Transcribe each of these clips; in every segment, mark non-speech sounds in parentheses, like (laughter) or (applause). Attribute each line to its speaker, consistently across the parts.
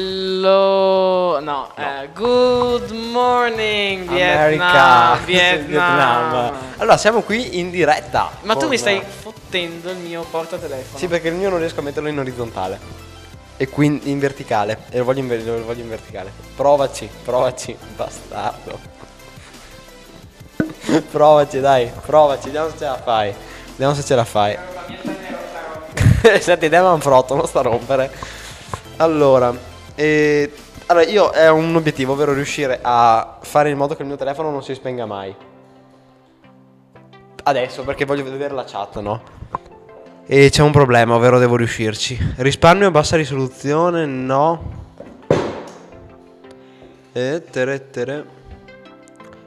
Speaker 1: Hello, no, eh, good morning
Speaker 2: America, (laughs)
Speaker 1: (laughs) Vietnam, Vietnam.
Speaker 2: Allora, siamo qui in diretta.
Speaker 1: Ma tu
Speaker 2: con-
Speaker 1: mi stai fottendo il mio portatelefono.
Speaker 2: Sì, perché il mio non riesco a metterlo in orizzontale. E quindi in verticale. E lo voglio in, ver- lo voglio in verticale. Provaci, provaci, bastardo. (laughs) provaci, dai, provaci, vediamo se ce la fai. Vediamo se ce la fai. (laughs) Senti, andiamo a un frotto, non sta a rompere. Allora, eh, allora, io è un obiettivo, ovvero riuscire a fare in modo che il mio telefono non si spenga mai. Adesso, perché voglio vedere la chat, no? E c'è un problema, ovvero devo riuscirci. Risparmio a bassa risoluzione? No. E tere tere.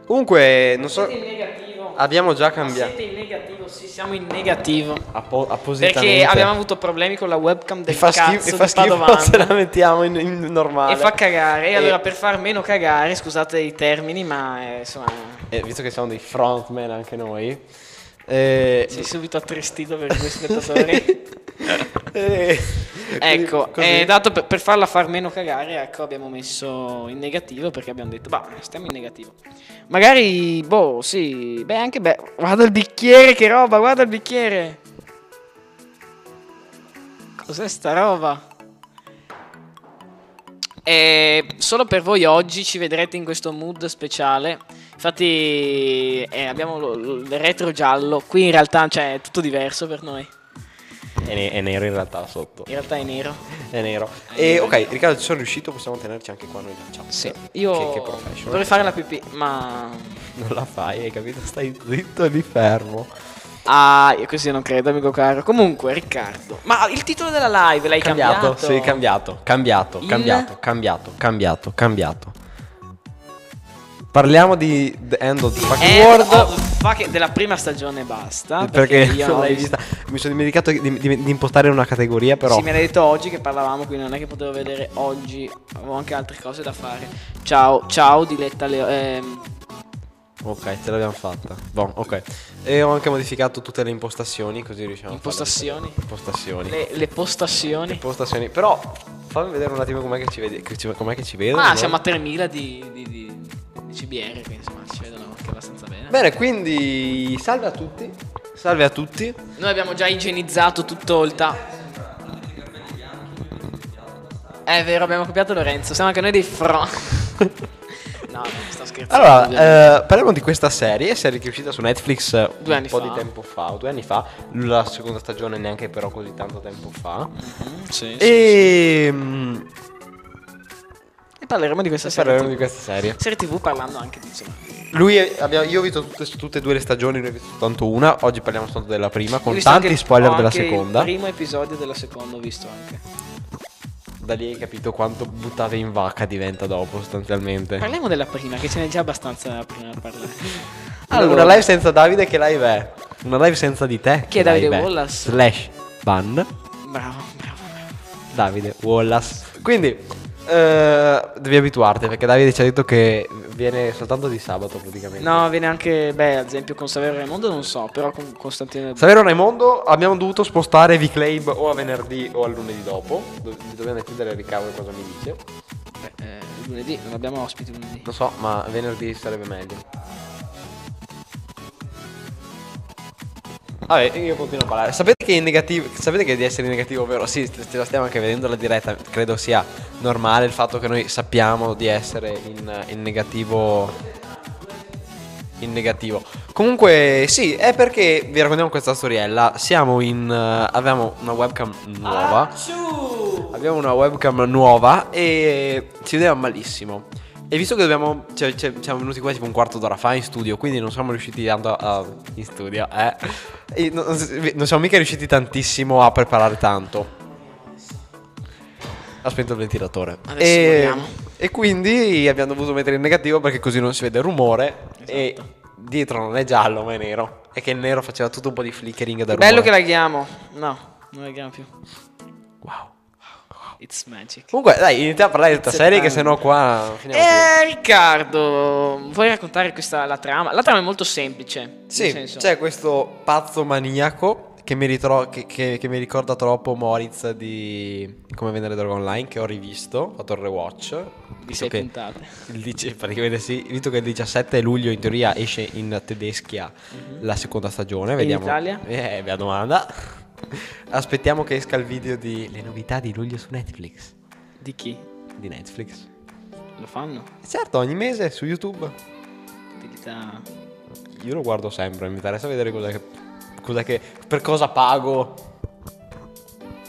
Speaker 2: Comunque, non so. Ah,
Speaker 1: Siete in negativo.
Speaker 2: Abbiamo già
Speaker 1: Ma
Speaker 2: cambiato.
Speaker 1: Siete in negativo, sì, siamo in negativo.
Speaker 2: Appo- appositamente.
Speaker 1: Perché abbiamo avuto problemi con la webcam
Speaker 2: E
Speaker 1: del
Speaker 2: fa
Speaker 1: cazzo
Speaker 2: schifo, e
Speaker 1: di
Speaker 2: fa schifo (laughs)
Speaker 1: Padovan.
Speaker 2: se la mettiamo in, in normale.
Speaker 1: E fa cagare. E,
Speaker 2: E-
Speaker 1: allora per far meno cagare, scusate i termini, ma eh, insomma,
Speaker 2: E visto che siamo dei frontman anche noi. eh,
Speaker 1: sei subito attristito per voi spettatori.
Speaker 2: (laughs) eh,
Speaker 1: Ecco,
Speaker 2: così.
Speaker 1: eh, dato per, per farla far meno cagare, ecco, abbiamo messo in negativo perché abbiamo detto, bah, stiamo in negativo. Magari, boh, sì, beh, anche beh, guarda il bicchiere, che roba, guarda il bicchiere. Cos'è sta roba? E solo per voi oggi ci vedrete in questo mood speciale. Infatti eh, abbiamo lo- lo- il retro giallo, qui in realtà cioè, è tutto diverso per noi.
Speaker 2: È, ne- è nero in realtà sotto.
Speaker 1: In realtà è nero.
Speaker 2: È nero.
Speaker 1: È
Speaker 2: E
Speaker 1: nero.
Speaker 2: ok, Riccardo, ci sono riuscito, possiamo tenerci anche qua noi la chat.
Speaker 1: Sì, io
Speaker 2: Che, che professional.
Speaker 1: dovrei fare la pipì, ma...
Speaker 2: Non la fai, hai capito? Stai zitto e lì fermo.
Speaker 1: Ah, io così non credo, amico caro. Comunque, Riccardo, ma il titolo della live l'hai cambiato?
Speaker 2: Sì, cambiato, cambiato,
Speaker 1: Il?
Speaker 2: cambiato, cambiato, cambiato, cambiato. Parliamo di The End of the Fucking
Speaker 1: End
Speaker 2: World.
Speaker 1: of fucking- della prima stagione e basta.
Speaker 2: Perché,
Speaker 1: io
Speaker 2: non (laughs) l'hai
Speaker 1: ho-
Speaker 2: vista. Mi sono dimenticato di, di- di impostare una categoria, però.
Speaker 1: Sì, me l'hai detto oggi che parlavamo, quindi non è che potevo vedere oggi. Avevo anche altre cose da fare. Ciao, ciao, diletta Leo. ehm,
Speaker 2: Ok, ce l'abbiamo fatta. Bon, ok. E ho anche modificato tutte le impostazioni, così riusciamo
Speaker 1: Impostazioni?
Speaker 2: a fare le- Impostazioni.
Speaker 1: le, le postazioni.
Speaker 2: Impostazioni. Però fammi vedere un attimo com'è che ci vedi. che ci- Com'è che ci vedo.
Speaker 1: Ah, siamo a 3000 di, di, di- di CBR, quindi insomma ci vedono anche abbastanza bene.
Speaker 2: Bene, quindi salve a tutti. Salve a tutti.
Speaker 1: Noi abbiamo già igienizzato tutto il ta. È vero, abbiamo copiato Lorenzo. Siamo anche noi dei
Speaker 2: (laughs)
Speaker 1: fro. no, sto scherzando.
Speaker 2: Allora,
Speaker 1: ovviamente.
Speaker 2: eh, parliamo di questa serie, serie che è uscita su Netflix eh, un
Speaker 1: Due anni
Speaker 2: po'
Speaker 1: fa.
Speaker 2: di tempo fa, o due anni fa, la seconda stagione neanche però così tanto tempo fa. eh,
Speaker 1: Mm, sì, sì.
Speaker 2: E, mm,
Speaker 1: E parleremo di questa serie.
Speaker 2: parleremo di
Speaker 1: TV.
Speaker 2: questa serie.
Speaker 1: Serie TV parlando anche di insomma. Ho
Speaker 2: Lui è- abbiamo- io ho visto tutte, tutte e due le stagioni, lui ha visto soltanto una, oggi parliamo soltanto della prima, con
Speaker 1: visto
Speaker 2: tanti
Speaker 1: anche-
Speaker 2: spoiler
Speaker 1: ho
Speaker 2: della
Speaker 1: anche
Speaker 2: seconda.
Speaker 1: Il primo episodio della seconda ho visto anche.
Speaker 2: Da lì hai capito quanto buttate in vacca diventa dopo sostanzialmente.
Speaker 1: Parliamo della prima, che ce n'è già abbastanza prima da
Speaker 2: (laughs)
Speaker 1: parlare.
Speaker 2: Allora, una live senza Davide che live è? Una live senza di te?
Speaker 1: Chi è Davide
Speaker 2: live
Speaker 1: Wallace?
Speaker 2: Slash ban
Speaker 1: Bravo, bravo.
Speaker 2: Davide Wallace. Quindi eh, devi abituarti perché Davide ci ha detto che viene soltanto di sabato praticamente.
Speaker 1: No, viene anche, beh, ad esempio con Saverio Raimondo non so, però con Costantino
Speaker 2: Savero Raimondo abbiamo dovuto spostare V-Claim o a venerdì o a lunedì dopo. Do- dobbiamo decidere Riccardo cosa mi dice.
Speaker 1: Eh, lunedì, non abbiamo ospiti lunedì.
Speaker 2: Lo so, ma venerdì sarebbe meglio. Vabbè, io continuo a parlare. Sapete che, in negativo, sapete che di essere in negativo, ovvero sì, st- ce la stiamo anche vedendo la diretta, credo sia normale il fatto che noi sappiamo di essere in, in negativo. In negativo. Comunque, sì, è perché vi raccontiamo questa storiella. Siamo in. eh, avevamo una webcam nuova. Abbiamo una webcam nuova e ci vedeva malissimo. E visto che dobbiamo. cioè, cioè, siamo venuti qua tipo un quarto d'ora fa in studio, quindi non siamo riusciti tanto a. a- in studio, eh. E non, non siamo mica riusciti tantissimo a preparare tanto. Ha spento il ventilatore.
Speaker 1: Adesso
Speaker 2: E,
Speaker 1: moriamo.
Speaker 2: e quindi abbiamo dovuto mettere in negativo perché così non si vede il rumore. E
Speaker 1: Esatto.
Speaker 2: dietro non è giallo, ma è nero. E che il nero faceva tutto un po' di flickering da rumore.
Speaker 1: Bello che la chiamo. No, non la chiamo più.
Speaker 2: Wow.
Speaker 1: It's magic.
Speaker 2: Comunque, dai, iniziamo a parlare di questa serie, che sennò qua. finiamo più.
Speaker 1: Eh, Riccardo, vuoi raccontare questa la trama? La trama è molto semplice. nel
Speaker 2: Sì, cioè,
Speaker 1: senso-
Speaker 2: c'è questo pazzo maniaco che mi, ritro- che, che- che mi ricorda troppo Moritz di Come vendere droga online, che ho rivisto, ho fatto il rewatch.
Speaker 1: Di
Speaker 2: visto
Speaker 1: sei
Speaker 2: che
Speaker 1: puntate.
Speaker 2: il dice- praticamente sì, visto che il 17 luglio in teoria esce in tedeschia la seconda stagione, vediamo.
Speaker 1: Mhm. Italia?
Speaker 2: Eh, bella domanda. Aspettiamo che esca il video di Le novità di luglio su Netflix.
Speaker 1: Di chi?
Speaker 2: Di Netflix.
Speaker 1: Lo fanno?
Speaker 2: Certo, ogni mese su YouTube.
Speaker 1: Utilità.
Speaker 2: Io lo guardo sempre, mi interessa vedere cosa che, cosa che per cosa pago. (laughs)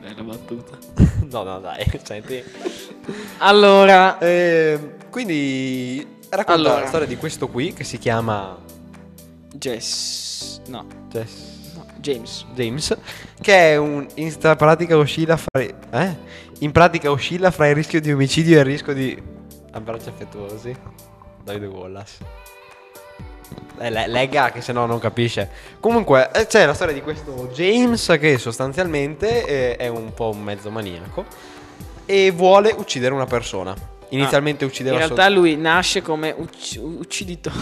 Speaker 1: Bella battuta.
Speaker 2: no, no, dai, (laughs) senti.
Speaker 1: Allora,
Speaker 2: Ehm, quindi racconta
Speaker 1: Allora.
Speaker 2: la storia di questo qui che si chiama
Speaker 1: Jess. No,
Speaker 2: Jess
Speaker 1: no, James.
Speaker 2: James, che è un in sta- pratica oscilla fra i- eh? in pratica oscilla fra il rischio di omicidio e il rischio di abbracci affettuosi. Davide Wallace. Eh, le- legga che se no non capisce. Comunque eh, c'è la storia di questo James che sostanzialmente eh, è un po' un mezzo maniaco e vuole uccidere una persona. Inizialmente uccideva
Speaker 1: Ah, In
Speaker 2: solo-
Speaker 1: realtà lui nasce come ucc- ucciditore,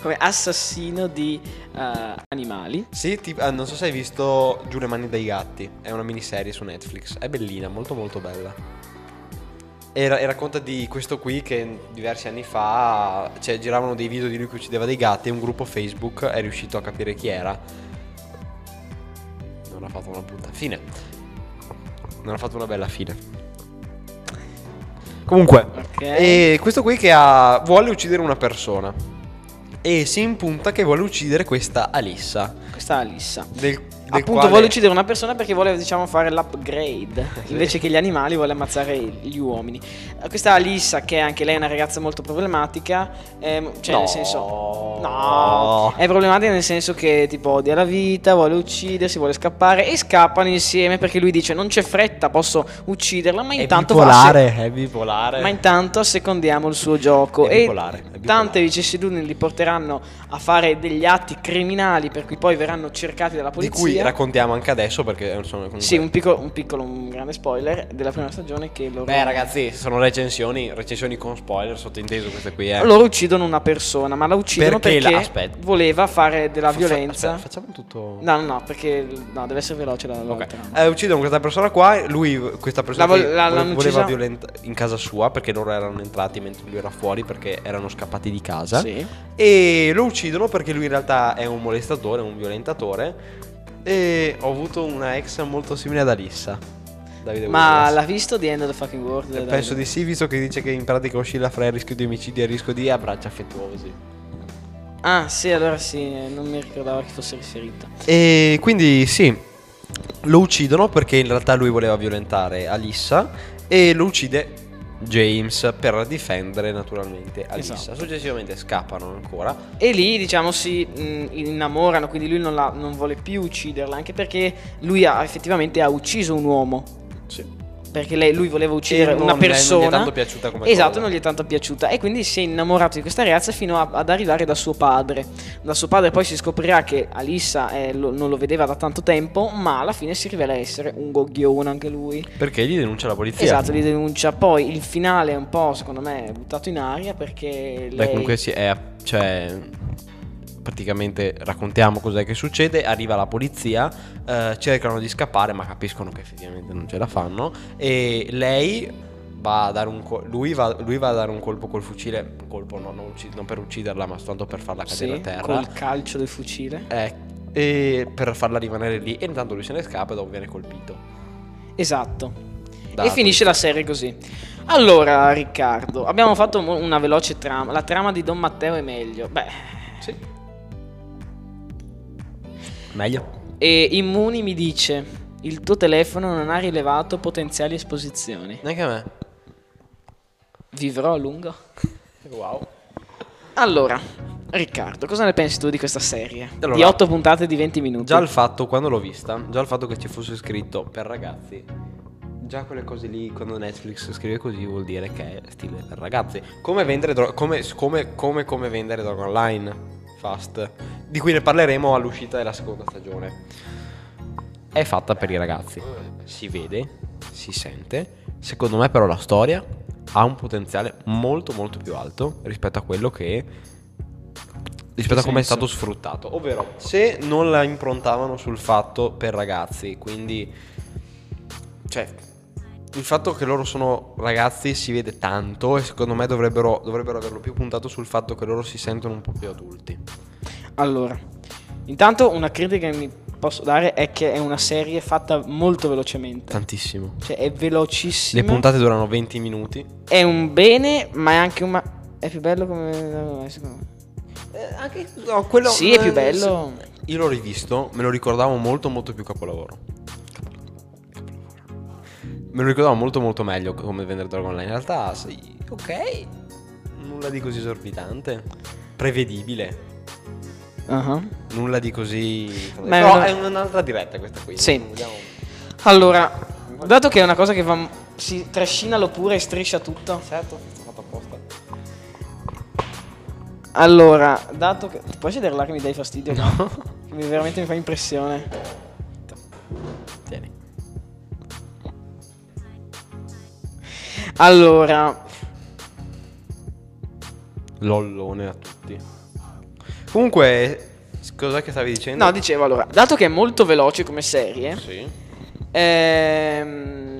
Speaker 1: (laughs) come assassino di eh, animali.
Speaker 2: Sì, ti- ah, non so se hai visto Giù le mani dai gatti, è una miniserie su Netflix, è bellina, molto molto bella. E, ra- e racconta di questo qui che diversi anni fa cioè, giravano dei video di lui che uccideva dei gatti e un gruppo Facebook è riuscito a capire chi era. Non ha fatto una brutta fine. Non ha fatto una bella fine. Comunque,
Speaker 1: Ok.
Speaker 2: e questo qui che ha, vuole uccidere una persona. E si impunta che vuole uccidere questa Alissa.
Speaker 1: Questa è Alissa.
Speaker 2: Del,
Speaker 1: Appunto, vuole uccidere una persona perché vuole, diciamo, fare l'upgrade.
Speaker 2: (laughs) Sì.
Speaker 1: Invece che gli animali, vuole ammazzare gli uomini. Eh, Questa Alissa, che anche lei è una ragazza molto problematica. ehm, cioè, nel senso. No, è problematica nel senso che tipo odia la vita, vuole uccidersi, vuole scappare e scappano insieme perché lui dice non c'è fretta, posso ucciderla, ma
Speaker 2: È
Speaker 1: intanto va a se-
Speaker 2: bipolare, è bipolare.
Speaker 1: Ma intanto assecondiamo il suo gioco
Speaker 2: È
Speaker 1: e
Speaker 2: bipolare, è bipolare.
Speaker 1: tante vicissitudini li porteranno a fare degli atti criminali per cui poi verranno cercati dalla
Speaker 2: Di
Speaker 1: polizia.
Speaker 2: cui raccontiamo anche adesso perché eh, sono comunque...
Speaker 1: Sì, un piccolo, un piccolo, un grande spoiler della prima stagione che loro,
Speaker 2: Beh ragazzi, sono recensioni, recensioni con spoiler, sottinteso queste qui, eh.
Speaker 1: loro uccidono una persona, ma la uccidono
Speaker 2: Perché la-
Speaker 1: perché,
Speaker 2: aspetta.
Speaker 1: voleva fare della
Speaker 2: Fa- fa-
Speaker 1: violenza.
Speaker 2: aspetta, facciamo tutto...
Speaker 1: No, no, no, perché no, deve essere veloce la, la
Speaker 2: Ok.
Speaker 1: trama.
Speaker 2: Eh, uccidono questa persona qua, lui questa persona
Speaker 1: La vol-
Speaker 2: che
Speaker 1: la-
Speaker 2: vole-
Speaker 1: l'hanno
Speaker 2: voleva
Speaker 1: uccisa?
Speaker 2: violentare in casa sua perché loro erano entrati mentre lui era fuori perché erano scappati di casa.
Speaker 1: Sì.
Speaker 2: E lo uccidono perché lui in realtà è un molestatore, un violentatore. E ho avuto una ex molto simile ad Alissa. Davide
Speaker 1: Ma
Speaker 2: Wallace.
Speaker 1: l'ha visto di End of the Fucking World? Davide?
Speaker 2: Eh, Penso di sì, visto che dice che in pratica oscilla fra il rischio di omicidio e il rischio di abbracci affettuosi.
Speaker 1: Ah, sì, allora sì, non mi ricordavo che fosse riferito.
Speaker 2: E quindi sì, lo uccidono perché in realtà lui voleva violentare Alissa e lo uccide James per difendere naturalmente Alissa.
Speaker 1: Esatto.
Speaker 2: Successivamente scappano ancora.
Speaker 1: E lì, diciamo, si mh, innamorano, quindi lui non, la- non vuole più ucciderla, anche perché lui ha effettivamente ha ucciso un uomo.
Speaker 2: Sì.
Speaker 1: Perché lei- lui voleva uccidere
Speaker 2: E non-
Speaker 1: una
Speaker 2: non gli è
Speaker 1: persona.
Speaker 2: tanto piaciuta come
Speaker 1: Esatto,
Speaker 2: cosa.
Speaker 1: non gli è tanto piaciuta. E quindi si è innamorato di questa ragazza fino a- ad arrivare da suo padre. Da suo padre poi si scoprirà che Alissa eh, lo- non lo vedeva da tanto tempo, ma alla fine si rivela essere un goghione anche lui.
Speaker 2: Perché gli denuncia la polizia.
Speaker 1: Esatto, li denuncia. Poi il finale è un po', secondo me, buttato in aria perché
Speaker 2: Beh,
Speaker 1: lei...
Speaker 2: comunque sì, è, cioè, praticamente raccontiamo cos'è che succede, arriva la polizia, eh, cercano di scappare ma capiscono che effettivamente non ce la fanno e lei va a dare un col- lui, va, lui va a dare un colpo col fucile, un colpo no, non, ucci- non per ucciderla ma soltanto per farla cadere a
Speaker 1: Sì,
Speaker 2: terra.
Speaker 1: col calcio del fucile.
Speaker 2: Eh, e per farla rimanere lì e intanto lui se ne scappa e dopo viene colpito.
Speaker 1: Esatto.
Speaker 2: Da-
Speaker 1: E finisce la serie così. Allora, Riccardo, abbiamo fatto mo- una veloce trama. La trama di Don Matteo è meglio. Beh,
Speaker 2: Sì. Meglio.
Speaker 1: e Immuni mi dice: Il tuo telefono non ha rilevato potenziali esposizioni.
Speaker 2: Neanche a me.
Speaker 1: Vivrò a lungo.
Speaker 2: Wow.
Speaker 1: Allora, Riccardo, cosa ne pensi tu di questa serie? di
Speaker 2: Allora-
Speaker 1: 8 puntate di 20 minuti.
Speaker 2: Già il fatto, quando l'ho vista, già il fatto che ci fosse scritto per ragazzi, già quelle cose lì, quando Netflix scrive così vuol dire che è stile per ragazzi. Come vendere droga, come, come, come, come vendere droga online, fast, di cui ne parleremo all'uscita della seconda stagione. È fatta per i ragazzi, si vede, si sente, secondo me però la storia ha un potenziale molto molto più alto rispetto a quello che rispetto a come è
Speaker 1: senso?
Speaker 2: stato sfruttato. Ovvero, se non la improntavano sul fatto per ragazzi, quindi cioè il fatto che loro sono ragazzi si vede tanto e secondo me dovrebbero, dovrebbero averlo più puntato sul fatto che loro si sentono un po' più adulti.
Speaker 1: Allora, intanto una critica che mi posso dare è che è una serie fatta molto velocemente.
Speaker 2: Tantissimo.
Speaker 1: Cioè è velocissima.
Speaker 2: Le puntate durano 20 minuti.
Speaker 1: È un bene, ma è anche un... ma- È più bello come... secondo me.
Speaker 2: Eh, anche no, quello eh,
Speaker 1: Sì, è più bello.
Speaker 2: Io l'ho rivisto, me lo ricordavo molto molto più capolavoro. Me lo ricordavo molto molto meglio come vendere Dragon Online. In realtà, sì, ok. Nulla di così esorbitante. Prevedibile.
Speaker 1: Ah.
Speaker 2: Nulla di così.
Speaker 1: Ma è
Speaker 2: Però
Speaker 1: una-
Speaker 2: è un'altra diretta questa qui.
Speaker 1: Sì.
Speaker 2: non vogliamo-
Speaker 1: Allora, dato che è una cosa che va... Si trascina pure e striscia tutto.
Speaker 2: Certo, è fatto apposta.
Speaker 1: Allora, dato che. Ti puoi sedere là che mi dai fastidio? No. Che mi- veramente mi fa impressione.
Speaker 2: Tieni.
Speaker 1: Allora,
Speaker 2: Lollone a tutti. Comunque, cos'è che stavi dicendo?
Speaker 1: no, dicevo allora, dato che è molto veloce come serie,
Speaker 2: Sì.
Speaker 1: ehm,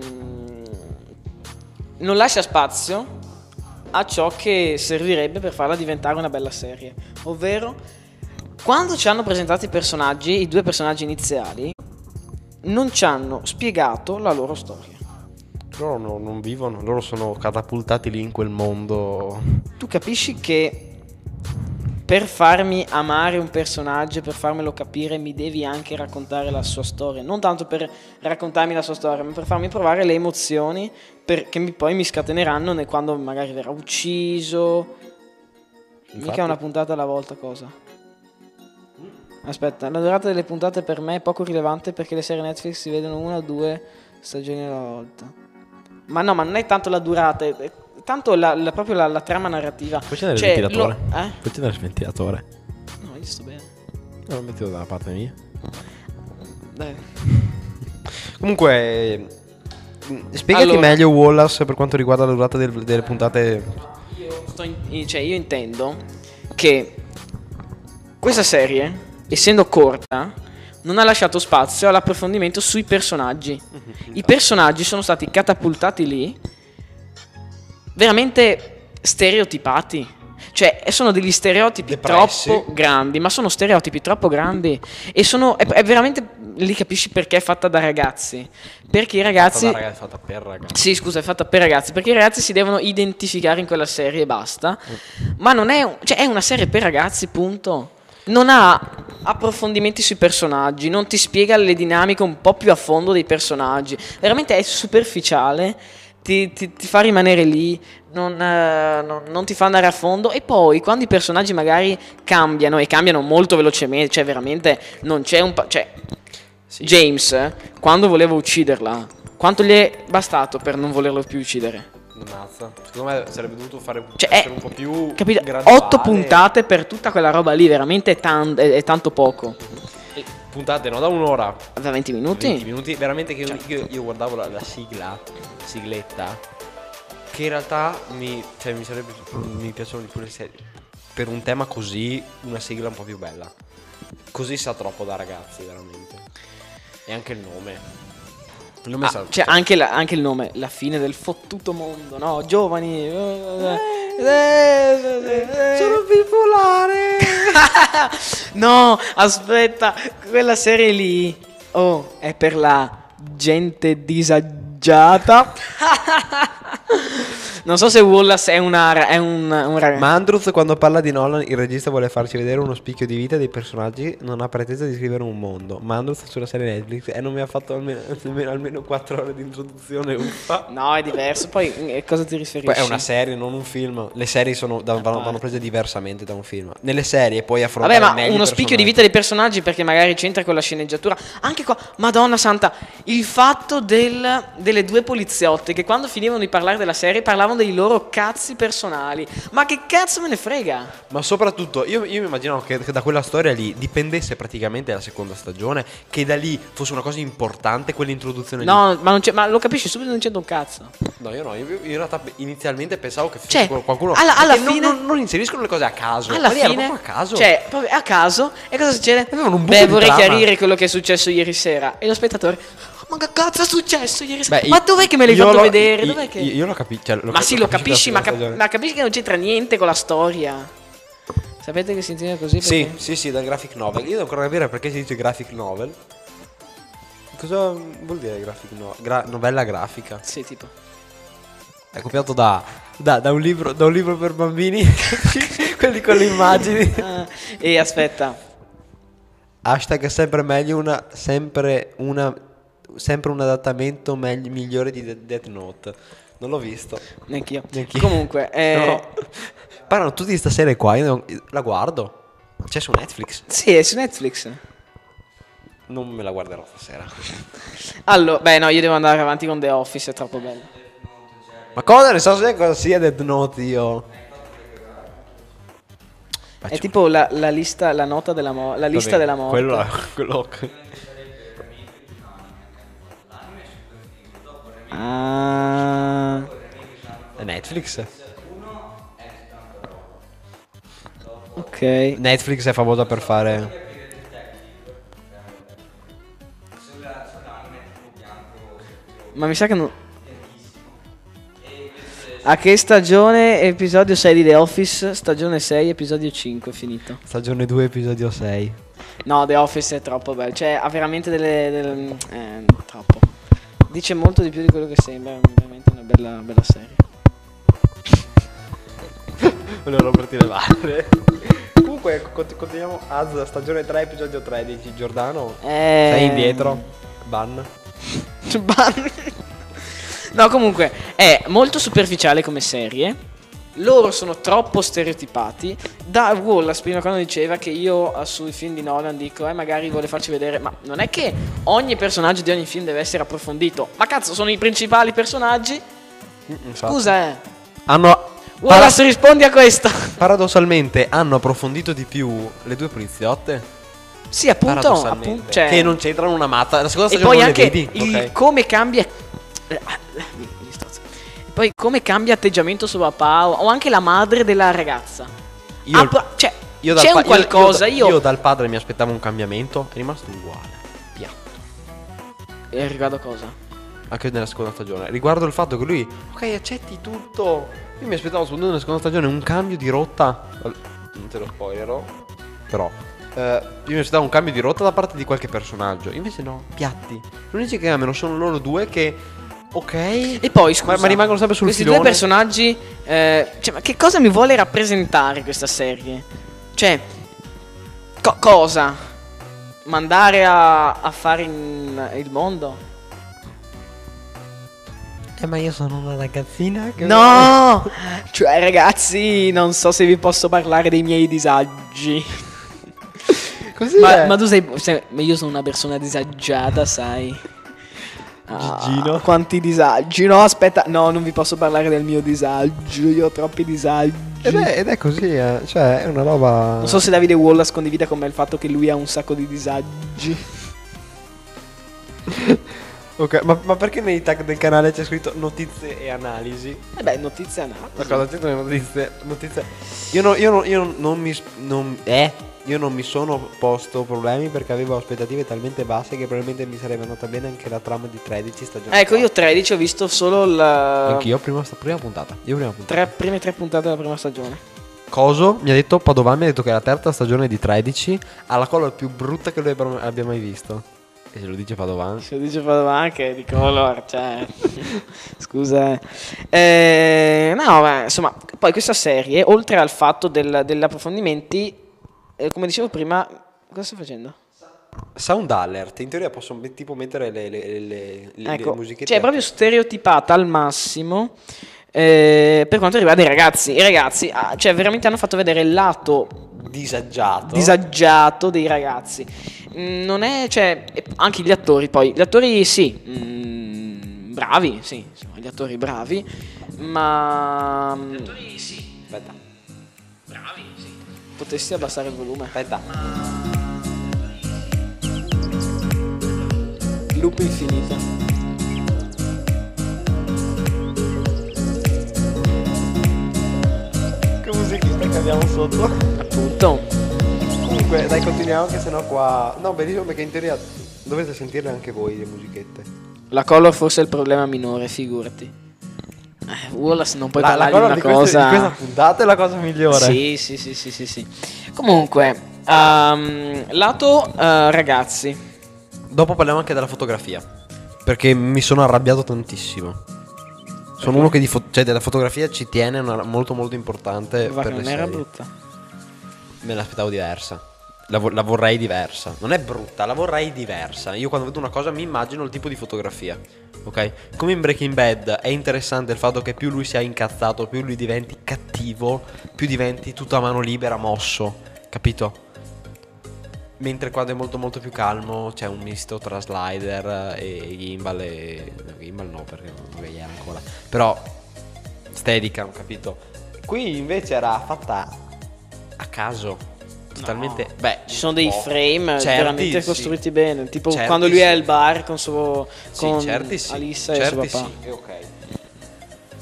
Speaker 1: non lascia spazio a ciò che servirebbe per farla diventare una bella serie. Ovvero, quando ci hanno presentato i personaggi, i due personaggi iniziali, non ci hanno spiegato la loro storia.
Speaker 2: Loro no- non vivono, loro sono catapultati lì in quel mondo.
Speaker 1: Tu capisci che per farmi amare un personaggio, per farmelo capire, mi devi anche raccontare la sua storia. Non tanto per raccontarmi la sua storia, ma per farmi provare le emozioni per- che mi- poi mi scateneranno ne- quando magari verrà ucciso.
Speaker 2: Infatti.
Speaker 1: Mica una puntata alla volta, cosa? Aspetta, la durata delle puntate per me è poco rilevante perché le serie Netflix si vedono una o due stagioni alla volta. Ma no, ma non è tanto la durata, è- è tanto la, la- proprio la, la trama narrativa.
Speaker 2: Puoi tenere
Speaker 1: Cioè,
Speaker 2: il ventilatore?
Speaker 1: lo- eh?
Speaker 2: Puoi tenere il ventilatore?
Speaker 1: No, io sto bene.
Speaker 2: Non lo metto dalla parte mia.
Speaker 1: Dai.
Speaker 2: Comunque, mh, spiegati
Speaker 1: Allora. Eh.
Speaker 2: meglio Wallace per quanto riguarda la durata del- delle puntate.
Speaker 1: Io, sto in- cioè, io intendo che questa serie, essendo corta, non ha lasciato spazio all'approfondimento sui personaggi.
Speaker 2: Mhm.
Speaker 1: I personaggi sono stati catapultati lì, veramente stereotipati. Cioè, eh, sono degli stereotipi
Speaker 2: Depressi.
Speaker 1: troppo grandi, ma sono stereotipi troppo grandi. E sono. È, è veramente. Lì capisci perché è fatta da ragazzi. Perché i ragazzi.
Speaker 2: Fatta da ragazzi, fatta per ragazzi.
Speaker 1: Sì, scusa, è fatta per ragazzi, perché i ragazzi si devono identificare in quella serie e basta. Ma non è, un- cioè, è una serie per ragazzi, punto. Non ha approfondimenti sui personaggi, non ti spiega le dinamiche un po' più a fondo dei personaggi. Veramente è superficiale, ti, ti- ti fa rimanere lì, non, eh, non- non ti fa andare a fondo. E poi quando i personaggi magari cambiano, e cambiano molto velocemente, cioè veramente non c'è un... pa- cioè,
Speaker 2: Sì.
Speaker 1: James, eh, quando voleva ucciderla, quanto gli è bastato per non volerlo più uccidere?
Speaker 2: Mazza. Secondo me sarebbe dovuto fare
Speaker 1: Cioè,
Speaker 2: essere
Speaker 1: è-
Speaker 2: un po' più.
Speaker 1: Capito?
Speaker 2: graduale.
Speaker 1: Otto puntate per tutta quella roba lì, veramente è, tan- è- è tanto poco.
Speaker 2: Eh, Puntate, no, da un'ora.
Speaker 1: Da 20 minuti?
Speaker 2: 20 minuti, veramente che io-
Speaker 1: Certo.
Speaker 2: io, io guardavo la, la sigla, sigletta, che in realtà mi, cioè, mi, sarebbe, mi piacciono di più le serie. Per un tema così, una sigla un po' più bella. Così sa troppo da ragazzi, veramente. E anche il nome. Il nome
Speaker 1: Ah,
Speaker 2: sa...
Speaker 1: cioè, anche, la- anche il nome, la fine del fottuto mondo, no? Giovani. eh,
Speaker 2: Eh.
Speaker 1: Sono bipolare. (laughs) no, aspetta, quella serie lì. Oh, è per la gente
Speaker 2: (laughs)
Speaker 1: disagiata. non so se Wallace è, una, ra- è un, un ragazzo.
Speaker 2: Ma Andrews quando parla di Nolan, il regista vuole farci vedere uno spicchio di vita dei personaggi, non ha pretesa di scrivere un mondo. Ma Andrews sulla serie Netflix e non mi ha fatto almeno, (laughs) almeno, 4 ore di introduzione, uffa.
Speaker 1: No, è diverso. Poi eh, cosa ti riferisci?
Speaker 2: Poi è una serie, non un film. Le serie sono, da- vanno,
Speaker 1: parte.
Speaker 2: vanno prese diversamente da un film. Nelle serie puoi affrontare
Speaker 1: Ah. Vabbè, ma
Speaker 2: meglio i
Speaker 1: uno spicchio di
Speaker 2: personaggi.
Speaker 1: vita dei personaggi perché magari c'entra con la sceneggiatura. Anche qua, Madonna Santa, il fatto del- delle due poliziotte che quando finivano di parlare della serie parlavano parlano dei loro cazzi personali. Ma che cazzo me ne frega?
Speaker 2: Ma soprattutto, io, io mi immaginavo che, che da quella storia lì dipendesse praticamente la seconda stagione, che da lì fosse una cosa importante quell'introduzione lì.
Speaker 1: No, ma, non c'è- ma lo capisci subito non c'entra un cazzo.
Speaker 2: No, io no, io io in realtà inizialmente pensavo che fosse
Speaker 1: Cioè,
Speaker 2: qualcuno...
Speaker 1: alla- alla
Speaker 2: perché non-
Speaker 1: fine-
Speaker 2: Non, non inseriscono le cose a caso,
Speaker 1: Alla
Speaker 2: ma lì era
Speaker 1: fine,
Speaker 2: Cioè, proprio a caso.
Speaker 1: cioè, proprio a caso, e cosa succede?
Speaker 2: Avevano un buco
Speaker 1: Beh,
Speaker 2: di
Speaker 1: vorrei
Speaker 2: trama.
Speaker 1: chiarire quello che è successo ieri sera. E lo spettatore, ma che cazzo è successo ieri sera?
Speaker 2: Beh,
Speaker 1: ma
Speaker 2: io-
Speaker 1: dov'è che me l'hai
Speaker 2: io
Speaker 1: fatto
Speaker 2: lo-
Speaker 1: vedere?
Speaker 2: io-
Speaker 1: Dov'è che-
Speaker 2: Io, cioè, lo capisco.
Speaker 1: ma sì, lo capisci, ma, cap- ma capisci che non c'entra niente con la storia. Sapete che si intende così?
Speaker 2: Sì,
Speaker 1: perché-
Speaker 2: sì, sì, da graphic novel. Io devo ancora capire perché si dice graphic novel. Cosa vuol dire graphic novel? novella grafica.
Speaker 1: Sì, tipo.
Speaker 2: È copiato da, da- da un, libro, da un libro per bambini, (laughs) quelli con le immagini.
Speaker 1: Ah, e aspetta,
Speaker 2: Hashtag sempre meglio una, sempre una, sempre un adattamento megli- migliore di De- Death Note. Non l'ho visto.
Speaker 1: neanch'io.
Speaker 2: Neanch'io.
Speaker 1: Comunque, eh,
Speaker 2: No. Parlano tutti di sta serie qua, io non- la guardo. C'è su Netflix.
Speaker 1: sì, è su Netflix.
Speaker 2: Non me la guarderò stasera.
Speaker 1: Allora, beh, no, io devo andare avanti con The Office, è troppo bello.
Speaker 2: Ma cosa ne so se cosa sia Death Note io? Ah,
Speaker 1: È tipo la, la lista, la nota della, mo- la lista della morte.
Speaker 2: Quello, (laughs) quello...
Speaker 1: Ah,
Speaker 2: È Netflix?
Speaker 1: ok.
Speaker 2: Netflix è famosa per fare...
Speaker 1: Ma mi sa che non... A che stagione, episodio 6 di The Office? Stagione 6, episodio 5, finito.
Speaker 2: Stagione 2, episodio 6.
Speaker 1: No, The Office è troppo bello. Cioè, ha veramente delle. delle- eh, troppo. Dice molto di più di quello che sembra. È veramente una bella, bella serie.
Speaker 2: Volevo romperti le barre. Comunque, cont- continuiamo. Az, stagione 3, episodio 13. Giordano,
Speaker 1: Eh,
Speaker 2: sei indietro.
Speaker 1: (laughs)
Speaker 2: Ban.
Speaker 1: Ban- no, comunque, è molto superficiale come serie. Loro sono troppo stereotipati. Da Wallace prima quando diceva che io eh, sui film di Nolan dico, eh, magari vuole farci vedere. Ma non è che ogni personaggio di ogni film deve essere approfondito. Ma cazzo, sono i principali personaggi.
Speaker 2: Esatto.
Speaker 1: Scusa, eh.
Speaker 2: Hanno...
Speaker 1: Wallace, rispondi a questo.
Speaker 2: Paradossalmente hanno approfondito di più le due poliziotte.
Speaker 1: Sì, appunto,
Speaker 2: Paradossalmente.
Speaker 1: appunto cioè-
Speaker 2: Che non c'entrano una matta. La seconda
Speaker 1: e
Speaker 2: stagione
Speaker 1: poi
Speaker 2: non
Speaker 1: anche
Speaker 2: le vedi.
Speaker 1: il
Speaker 2: Ok.
Speaker 1: come cambia Eh, ah, mi- mi strozzo. E poi come cambia atteggiamento suo papà o o anche la madre della ragazza.
Speaker 2: Io-
Speaker 1: Ah, pro- cioè,
Speaker 2: Io dal
Speaker 1: c'è
Speaker 2: pa-
Speaker 1: un
Speaker 2: io-
Speaker 1: qualcosa,
Speaker 2: io,
Speaker 1: io,
Speaker 2: io dal padre mi aspettavo un cambiamento, è rimasto uguale. Piatto.
Speaker 1: Eh, riguardo a cosa?
Speaker 2: Anche nella seconda stagione. Riguardo il fatto che lui, ok, accetti tutto. Io mi aspettavo soprattutto nella seconda stagione un cambio di rotta. Al- Non te lo spoilerò. Però. eh, io mi aspettavo un cambio di rotta da parte di qualche personaggio. Invece no, piatti. L'unico che cambiano sono loro due che. Ok.
Speaker 1: E poi scusa,
Speaker 2: ma, ma rimangono sempre sul
Speaker 1: questi
Speaker 2: filone.
Speaker 1: due personaggi eh, cioè, ma che cosa mi vuole rappresentare questa serie? Cioè co- cosa? Mandare a, a fare in- il mondo?
Speaker 2: Eh, ma io sono una ragazzina. Che
Speaker 1: No! (laughs) Cioè, ragazzi, non so se vi posso parlare dei miei disagi.
Speaker 2: (laughs) Così.
Speaker 1: Ma,
Speaker 2: è.
Speaker 1: ma tu sei, sei- ma Io sono una persona disagiata, sai. Ah,
Speaker 2: Gigino.
Speaker 1: Quanti disagi? No, aspetta, no, non vi posso parlare del mio disagio. Io ho troppi disagi.
Speaker 2: Ed è, ed è così, eh. cioè, è una roba.
Speaker 1: Non so se Davide Wallace condivida con me il fatto che lui ha un sacco di disagi.
Speaker 2: Ok, ma, ma perché nei tag del canale c'è scritto notizie e analisi?
Speaker 1: Eh beh, notizia no.
Speaker 2: Ma cosa c'entra le notizie? notizie? Io, no- io no- io non mi. s- non- eh? Io non mi sono posto problemi perché avevo aspettative talmente basse che probabilmente mi sarebbe andata bene anche la trama di 13 stagioni.
Speaker 1: Ecco,
Speaker 2: fa.
Speaker 1: io 13 ho visto solo le
Speaker 2: Anch'io, prima, sta- prima puntata. Io prima puntata.
Speaker 1: Ehm, tre, prime tre puntate della prima stagione.
Speaker 2: Coso mi ha detto Padovan mi ha detto che la terza stagione di 13 ha la colla più brutta che lui abbia abbia mai visto. E se lo dice Padovan.
Speaker 1: Se lo dice Padovan che di color, cioè. (laughs) Scusa. eh. Eh, no, ma insomma, poi questa serie, oltre al fatto del, degli approfondimenti, eh, come dicevo prima, cosa sto facendo?
Speaker 2: Sound alert, in teoria posso met- tipo mettere le, le, le, le- le
Speaker 1: ecco,
Speaker 2: musichette.
Speaker 1: cioè è proprio stereotipata al massimo eh, per quanto riguarda i ragazzi. I ragazzi, ah, cioè, veramente hanno fatto vedere il lato
Speaker 2: disagiato.
Speaker 1: disagiato dei ragazzi. Mm, Non è, cioè, e anche gli attori poi, gli attori sì, mm, bravi, sì, sono gli attori bravi, ma mm,
Speaker 2: Aspetta,
Speaker 1: potessi abbassare il volume.
Speaker 2: aspetta.
Speaker 1: Loop infinito.
Speaker 2: Che musichista che abbiamo sotto?
Speaker 1: Appunto.
Speaker 2: Comunque, dai, continuiamo che sennò qua. No, bellissimo perché in teoria dovete sentirle anche voi le musichette.
Speaker 1: La color forse è il problema minore, figurati. Eh, Wallace non puoi parlare
Speaker 2: color
Speaker 1: di una cosa.
Speaker 2: Questa, di questa puntata è la cosa migliore.
Speaker 1: Sì, sì, sì, sì, sì, sì. Comunque, ehm, lato eh, ragazzi.
Speaker 2: Dopo parliamo anche della fotografia. Perché mi sono arrabbiato tantissimo.
Speaker 1: Ecco.
Speaker 2: Sono uno che di fo- cioè della fotografia ci tiene, è una- molto molto importante.
Speaker 1: Guarda,
Speaker 2: Eh, per le
Speaker 1: non era
Speaker 2: serie.
Speaker 1: brutta.
Speaker 2: Me l'aspettavo diversa. La, vo- la vorrei diversa. Non è brutta, la vorrei diversa. Io quando vedo una cosa mi immagino il tipo di fotografia. Ok? Come in Breaking Bad è interessante il fatto che più lui sia incazzato, più lui diventi cattivo, più diventi tutto a mano libera, mosso. Capito? Mentre qua è molto molto più calmo, c'è un misto tra slider e e gimbal e... no, Gimbal no, perché magari era ancora. Però Steadicam, capito? Qui invece era fatta a caso. Totalmente... Beh,
Speaker 1: Ci
Speaker 2: un
Speaker 1: sono dei
Speaker 2: po'.
Speaker 1: frame
Speaker 2: Certi
Speaker 1: veramente
Speaker 2: sì.
Speaker 1: costruiti bene. Tipo
Speaker 2: Certi
Speaker 1: quando lui
Speaker 2: sì.
Speaker 1: è al bar con, suo,
Speaker 2: Sì,
Speaker 1: con
Speaker 2: certi sì.
Speaker 1: Alissa
Speaker 2: certi
Speaker 1: e suo papà.
Speaker 2: sì, è ok.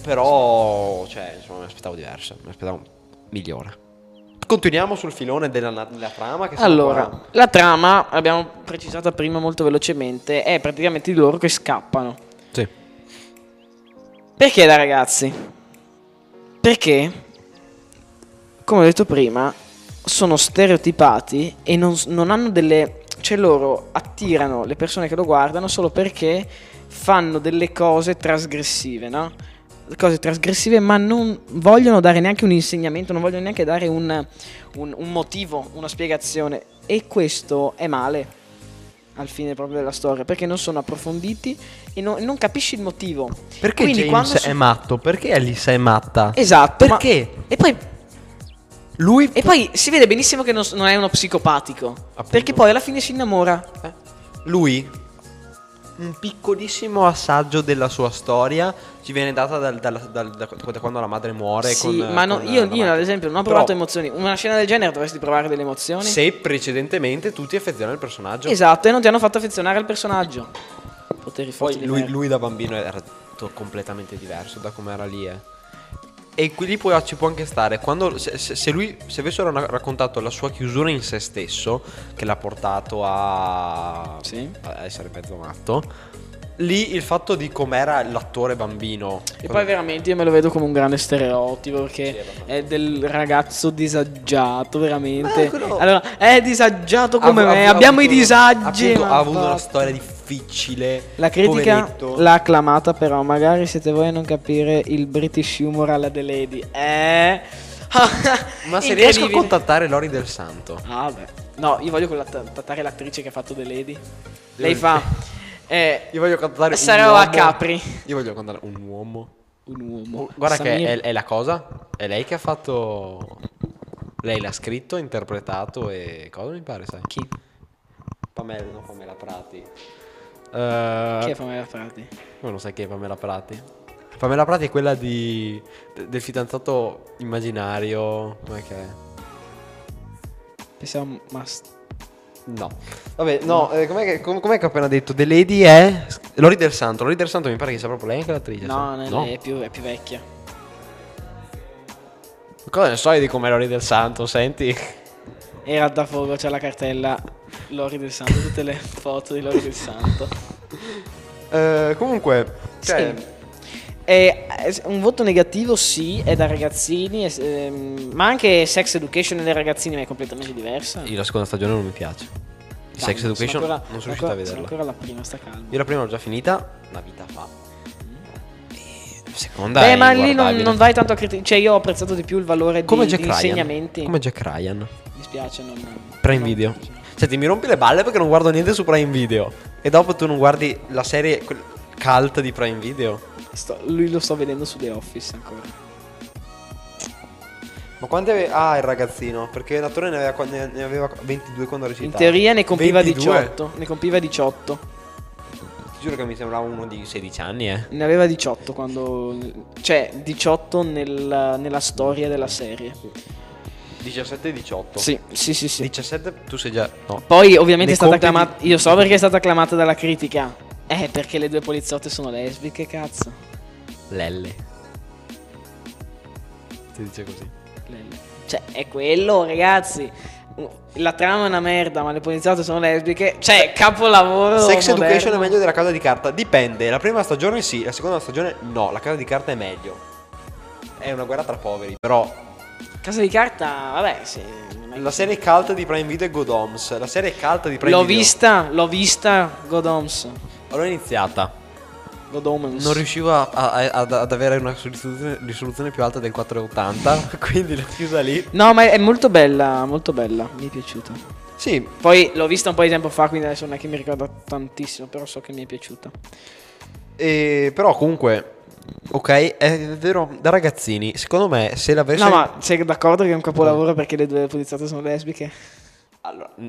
Speaker 2: Però, cioè, insomma, mi aspettavo diversa, mi aspettavo migliore. Continuiamo sul filone della, della trama che sono
Speaker 1: Allora,
Speaker 2: qua.
Speaker 1: la trama, abbiamo precisata prima molto velocemente, è praticamente di loro che scappano.
Speaker 2: Sì.
Speaker 1: Perché da ragazzi? Perché, come ho detto prima, sono stereotipati e non, non hanno delle... cioè loro attirano le persone che lo guardano solo perché fanno delle cose trasgressive, no? Cose trasgressive ma non vogliono dare neanche un insegnamento, non vogliono neanche dare un, un- un motivo, una spiegazione e questo è male al fine proprio della storia perché non sono approfonditi e non- non capisci il motivo.
Speaker 2: Perché
Speaker 1: Quindi
Speaker 2: James
Speaker 1: quando si-
Speaker 2: è matto? Perché Alissa è matta?
Speaker 1: Esatto. ma-
Speaker 2: Perché?
Speaker 1: E, poi,
Speaker 2: Lui...
Speaker 1: e poi si vede benissimo che non, non è uno psicopatico. Perché poi alla fine si innamora.
Speaker 2: Eh. Lui, un piccolissimo assaggio della sua storia ci viene data dal- dal- dal- da, da quando la madre muore.
Speaker 1: Sì,
Speaker 2: con-
Speaker 1: ma no-
Speaker 2: con
Speaker 1: io,
Speaker 2: la
Speaker 1: io,
Speaker 2: macchina.
Speaker 1: ad esempio non ho
Speaker 2: Però
Speaker 1: provato emozioni. Una scena del genere dovresti provare delle emozioni.
Speaker 2: Se precedentemente tu ti affezioni al personaggio,
Speaker 1: Esatto, e non ti hanno fatto affezionare al personaggio. Poteri forti.
Speaker 2: Poi
Speaker 1: di
Speaker 2: lui,
Speaker 1: merda.
Speaker 2: lui da bambino era tutto completamente diverso da come era lì. eh. E qui lì può- ci può anche stare. Quando, se, se- se lui se avessero na- raccontato la sua chiusura in se stesso, che l'ha portato a,
Speaker 1: Sì.
Speaker 2: a essere mezzo matto, lì il fatto di com'era l'attore bambino.
Speaker 1: E poi veramente io me lo vedo come un grande stereotipo
Speaker 2: Sì,
Speaker 1: perché
Speaker 2: è abbastanza.
Speaker 1: è del ragazzo disagiato, veramente.
Speaker 2: Eh, quello-
Speaker 1: Allora, è disagiato
Speaker 2: Ha-
Speaker 1: come
Speaker 2: ha-
Speaker 1: me,
Speaker 2: ha
Speaker 1: abbiamo i
Speaker 2: avuto-
Speaker 1: disagi.
Speaker 2: appunto,
Speaker 1: ma
Speaker 2: ha avuto una
Speaker 1: va-
Speaker 2: storia difficile.
Speaker 1: La critica
Speaker 2: poveretto.
Speaker 1: l'ha acclamata, però magari siete voi a non capire il British humor alla The Lady. Eh. (laughs)
Speaker 2: Ma se riesco a
Speaker 1: Incredibile.
Speaker 2: contattare Lori del Santo,
Speaker 1: Ah, beh. No, io voglio quella tattare l'attrice che ha fatto The Lady. Lei
Speaker 2: Lei-
Speaker 1: fa. Eh,
Speaker 2: io voglio contattare
Speaker 1: Sarò
Speaker 2: un uomo.
Speaker 1: a Capri.
Speaker 2: Io voglio contattare un uomo.
Speaker 1: un uomo.
Speaker 2: Oh, Guarda che
Speaker 1: Samir.
Speaker 2: è, è la cosa, è lei che ha fatto... Lei l'ha scritto, interpretato e cosa mi pare, sai?
Speaker 1: Chi?
Speaker 2: Pamela, no, Pamela Prati.
Speaker 1: Chi è Pamela Prati?
Speaker 2: Eh, non sai chi è Pamela Prati? Pamela Prati è quella di, de- del fidanzato immaginario, com'è che è?
Speaker 1: Pensiamo. Ma. s-
Speaker 2: No. Vabbè, no, eh, com'è, che, com- com'è che ho appena detto? The Lady è... Lori del Santo, Lori del Santo mi pare che sia proprio lei anche l'attrice.
Speaker 1: No, non
Speaker 2: sai?
Speaker 1: è lei, è più, è più vecchia.
Speaker 2: Cosa ne so io di com'è Lori del Santo, senti?
Speaker 1: Era da fuoco, c'è la cartella Lori del Santo, tutte le foto di Lori del Santo.
Speaker 2: Eh, comunque, cioè...
Speaker 1: Sì. Eh, eh, un voto negativo sì, è da ragazzini, es- ehm, ma anche Sex Education dei ragazzini ma è completamente diversa.
Speaker 2: Io la seconda stagione non mi piace.
Speaker 1: Dai,
Speaker 2: Sex
Speaker 1: sono
Speaker 2: Education
Speaker 1: ancora-
Speaker 2: non
Speaker 1: sono
Speaker 2: sono riuscito
Speaker 1: ancora-
Speaker 2: a vederla.
Speaker 1: Sono ancora la prima, sta calma.
Speaker 2: Io la prima l'ho già finita una vita fa. E la seconda
Speaker 1: Beh,
Speaker 2: è
Speaker 1: ma lì non,
Speaker 2: inguardabile.
Speaker 1: non vai tanto a criticare. Cioè, io ho apprezzato di più il valore
Speaker 2: come
Speaker 1: di,
Speaker 2: Jack
Speaker 1: di
Speaker 2: Ryan.
Speaker 1: insegnamenti.
Speaker 2: Come Jack Ryan.
Speaker 1: Mi spiace, non.
Speaker 2: Prime
Speaker 1: non-
Speaker 2: Video. Senti, mi rompi le balle perché non guardo niente su Prime Video. E dopo tu non guardi la serie quel- cult di Prime Video.
Speaker 1: Sto- lui lo sto vedendo su The Office ancora.
Speaker 2: Ma quante ave- Ah, il ragazzino. Perché l'attore ne aveva, ne- ne aveva 22 quando recitava.
Speaker 1: In teoria ne compiva
Speaker 2: 22.
Speaker 1: 18. Ne compiva 18.
Speaker 2: giuro che mi sembrava uno di 16 anni, eh.
Speaker 1: Ne aveva 18 quando... Cioè, 18 nel- nella storia della serie.
Speaker 2: 17 18.
Speaker 1: Sì, sì, sì, sì.
Speaker 2: 17 tu sei già no.
Speaker 1: Poi ovviamente
Speaker 2: Ne
Speaker 1: è stata
Speaker 2: conti di-
Speaker 1: acclamata... Io so perché è stata acclamata dalla critica. Eh, perché le due poliziotte sono lesbiche, cazzo.
Speaker 2: Lelle. Si dice così.
Speaker 1: Cioè, è quello, ragazzi. La trama è una merda, ma le poliziotte sono lesbiche. Cioè, capolavoro.
Speaker 2: Sex
Speaker 1: moderno.
Speaker 2: Education è meglio della casa di carta? Dipende. La prima stagione sì, la seconda stagione no. La casa di carta è meglio. È una guerra tra poveri, però
Speaker 1: Casa di carta, vabbè, sì. non è-
Speaker 2: la serie cult di Prime Video è Good Homes. La serie cult di Prime
Speaker 1: L'ho
Speaker 2: Video.
Speaker 1: vista, l'ho vista. Godoms.
Speaker 2: L'ho iniziata.
Speaker 1: Godomens.
Speaker 2: Non riuscivo a- a- a- ad, ad avere una risoluzione, risoluzione più alta del 480, (laughs) quindi l'ho chiusa lì.
Speaker 1: No, ma è molto bella, molto bella. Mi è piaciuta.
Speaker 2: Sì,
Speaker 1: Poi l'ho vista un po' di tempo fa, quindi adesso non è che mi ricordo tantissimo, però so che mi è piaciuta.
Speaker 2: E- però comunque, ok, è vero, da ragazzini, secondo me se l'avessi...
Speaker 1: No, ma Eh, sei Eh. d'accordo che è un capolavoro perché le due poliziotte sono lesbiche?
Speaker 2: Allora, mh,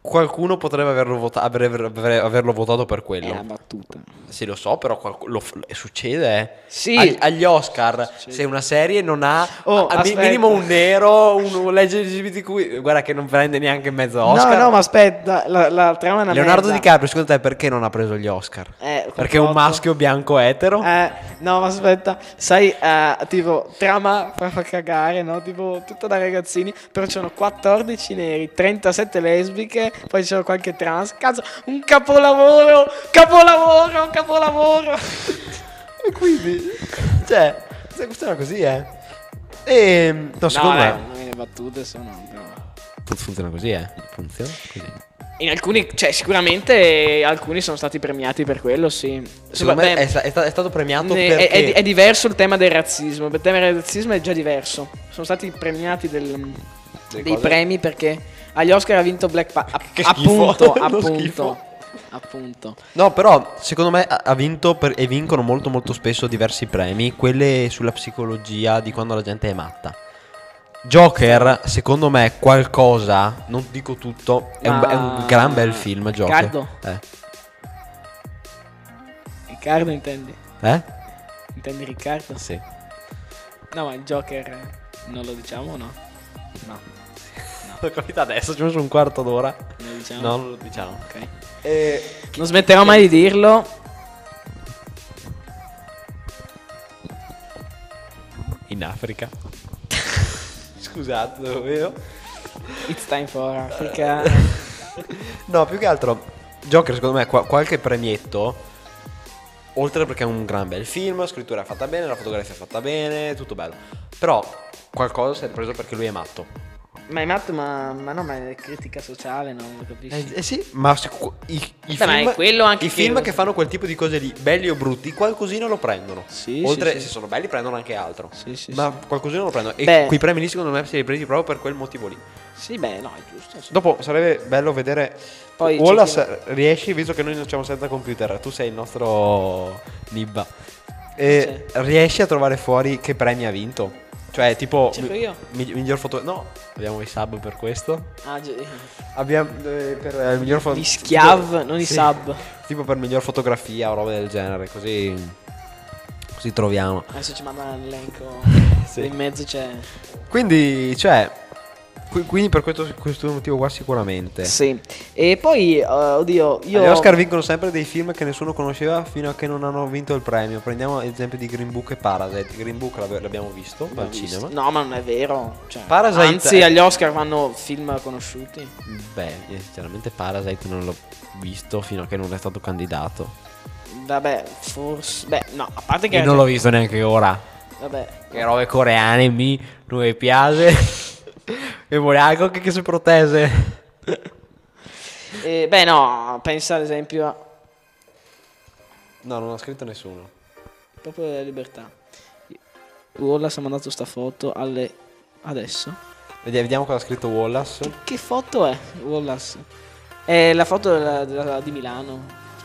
Speaker 2: qualcuno potrebbe averlo, vota- avre- avre- avre- averlo votato per
Speaker 1: È una
Speaker 2: quello.
Speaker 1: battuta.
Speaker 2: Sì, lo so, però qualcu- lo f- succede. eh.
Speaker 1: Sì.
Speaker 2: Ag- agli Oscar, se una serie non ha
Speaker 1: Oh,
Speaker 2: al mi-
Speaker 1: aspetta.
Speaker 2: minimo un nero, un, un legge LGBTQ, guarda che non prende neanche mezzo Oscar.
Speaker 1: No, no, ma aspetta, la, la trama è una
Speaker 2: Leonardo
Speaker 1: merda.
Speaker 2: DiCaprio, secondo te perché non ha preso gli Oscar?
Speaker 1: Eh,
Speaker 2: Perché è un
Speaker 1: complotto.
Speaker 2: maschio bianco etero?
Speaker 1: Eh, no, ma aspetta, sai, eh, tipo, trama fa, fa cagare, no? Tipo, tutta da ragazzini, però c'erano 14 neri, 37 lesbiche, poi c'era qualche trans. Cazzo, un capolavoro! Capolavoro, capolavoro!
Speaker 2: E quindi, cioè, se funziona così, eh. E, no, secondo
Speaker 1: no,
Speaker 2: me.
Speaker 1: eh, le battute sono...
Speaker 2: Funziona così, eh. Funziona così.
Speaker 1: In alcuni, cioè, sicuramente eh, alcuni sono stati premiati per quello, sì.
Speaker 2: Secondo
Speaker 1: Beh,
Speaker 2: me è, sta- è sta- è stato premiato
Speaker 1: Ne- è,
Speaker 2: perché.
Speaker 1: è di- è diverso il tema del razzismo. Il tema del razzismo è già diverso. Sono stati premiati del-
Speaker 2: Delle
Speaker 1: dei
Speaker 2: cose?
Speaker 1: premi perché agli Oscar ha vinto Black Panther.
Speaker 2: (laughs) Che schifo, (laughs)
Speaker 1: Appunto,
Speaker 2: lo
Speaker 1: appunto.
Speaker 2: schifo.
Speaker 1: Appunto.
Speaker 2: No, però, secondo me ha ha vinto per- e vincono molto, molto spesso diversi premi. Quelle sulla psicologia di quando la gente è matta. Joker, secondo me, qualcosa, non dico tutto, è, un,
Speaker 1: Ma-
Speaker 2: è un gran bel film. Joker.
Speaker 1: Riccardo?
Speaker 2: Eh?
Speaker 1: Riccardo intendi?
Speaker 2: eh?
Speaker 1: Intendi Riccardo?
Speaker 2: Sì.
Speaker 1: No, ma il Joker eh, non lo diciamo o no? No,
Speaker 2: L'ho capito adesso, ci ho messo un quarto d'ora.
Speaker 1: non lo diciamo.
Speaker 2: No, non lo diciamo.
Speaker 1: Ok.
Speaker 2: Eh,
Speaker 1: Non smetterò mai di dirlo.
Speaker 2: In Africa. (laughs) Scusate, davvero.
Speaker 1: It's time for Africa.
Speaker 2: (laughs) No, più che altro, Joker secondo me qua- qualche premietto. Oltre perché è un gran bel film, scrittura è fatta bene, la fotografia è fatta bene, tutto bello. Però qualcosa si è preso perché lui è matto.
Speaker 1: ma è matto, ma, ma no, ma è critica sociale, no? Non lo capisci?
Speaker 2: Eh, eh sì, ma sicu- i, i
Speaker 1: Beh, ma
Speaker 2: film,
Speaker 1: è quello anche
Speaker 2: i
Speaker 1: che-
Speaker 2: film che fanno quel tipo di cose lì, belli o brutti, qualcosina lo prendono.
Speaker 1: Sì,
Speaker 2: Oltre,
Speaker 1: sì, sì.
Speaker 2: se sono belli, prendono anche altro.
Speaker 1: Sì, sì,
Speaker 2: ma qualcosina lo prendono. E
Speaker 1: Beh.
Speaker 2: quei premi lì, secondo me, si è ripresi proprio per quel motivo lì.
Speaker 1: Sì, beh, no, è giusto. sì.
Speaker 2: Dopo sarebbe bello vedere.
Speaker 1: Poi
Speaker 2: Poi
Speaker 1: c'è chi-
Speaker 2: riesci, visto che noi non siamo senza computer, tu sei il nostro Nibba. E riesci a trovare fuori che premi ha vinto? Cioè, tipo.
Speaker 1: Cerco
Speaker 2: mi-
Speaker 1: io?
Speaker 2: mi- miglior foto. No, abbiamo i sub per questo.
Speaker 1: Ah, gi-
Speaker 2: Abbiamo. eh, per eh, il miglior foto.
Speaker 1: Gli schiav, non i sub.
Speaker 2: Tipo per miglior fotografia o roba del genere, così. Così troviamo.
Speaker 1: adesso ci mandano l'elenco.
Speaker 2: (laughs) Sì.
Speaker 1: In mezzo c'è.
Speaker 2: Quindi, cioè. qui- Quindi per questo, questo motivo qua sicuramente.
Speaker 1: Sì. E poi, eh, oddio, io.
Speaker 2: Gli Oscar vincono sempre dei film che nessuno conosceva fino a che non hanno vinto il premio. Prendiamo l'esempio di Green Book e Parasite. Green Book l'ab- l'abbiamo visto al
Speaker 1: L'ho visto.
Speaker 2: cinema.
Speaker 1: No, ma non è vero. Cioè,
Speaker 2: Parasite
Speaker 1: Anzi,
Speaker 2: è-
Speaker 1: agli Oscar vanno film conosciuti.
Speaker 2: Beh, io sinceramente Parasite non l'ho visto fino a che non è stato candidato.
Speaker 1: Vabbè, forse. Beh, no, a parte che.
Speaker 2: E non l'ho visto neanche ora.
Speaker 1: Vabbè.
Speaker 2: Che robe coreane mi non mi piace. (laughs) e vuole anche che- che si protese.
Speaker 1: Eh, beh, no, pensa ad esempio a.
Speaker 2: No, non ha scritto nessuno.
Speaker 1: Popolo della Libertà. Urla, si è mandato sta foto alle. adesso.
Speaker 2: Vediamo, vediamo cosa ha scritto Wallace.
Speaker 1: Che foto è, Wallace? È la foto della- della- di Milano.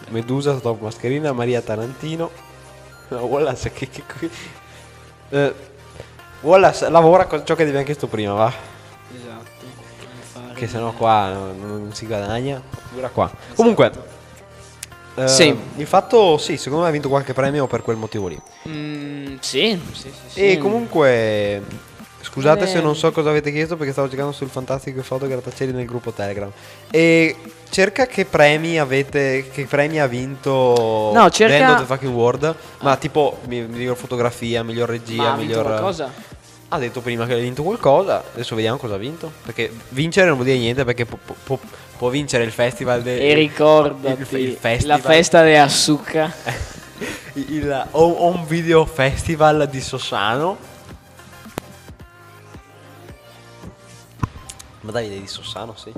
Speaker 2: Medusa, top mascherina, Maria Tarantino. No, Wallace, che, che qui- Eh, Wallace lavora con ciò che ti abbiamo chiesto prima, va.
Speaker 1: Esatto. non fare-
Speaker 2: Che sennò qua non, non si guadagna. Dura qua. Comunque, Eh,
Speaker 1: Sì.
Speaker 2: Il fatto, sì, secondo me ha vinto qualche premio per quel motivo lì.
Speaker 1: Mm, sì, sì, sì, sì.
Speaker 2: E comunque, scusate
Speaker 1: Eh.
Speaker 2: se non so cosa avete chiesto perché stavo cercando sul fantastico foto grattacieli nel gruppo Telegram. E cerca che premi avete, che premi ha vinto
Speaker 1: No, cerca-
Speaker 2: Band of the Fucking World, ma tipo mi- miglior fotografia, miglior regia,
Speaker 1: Ma ha vinto
Speaker 2: miglior...
Speaker 1: qualcosa?
Speaker 2: Ha detto prima che ha vinto qualcosa, adesso vediamo cosa ha vinto. Perché vincere non vuol dire niente perché può, può- può- può vincere il festival del...
Speaker 1: E ricordati,
Speaker 2: Eh, il- il festival. Eh.
Speaker 1: la festa di Asuka.
Speaker 2: (laughs) il Home Home Video Festival di Sossano. Ma Davide è di Sossano, sì.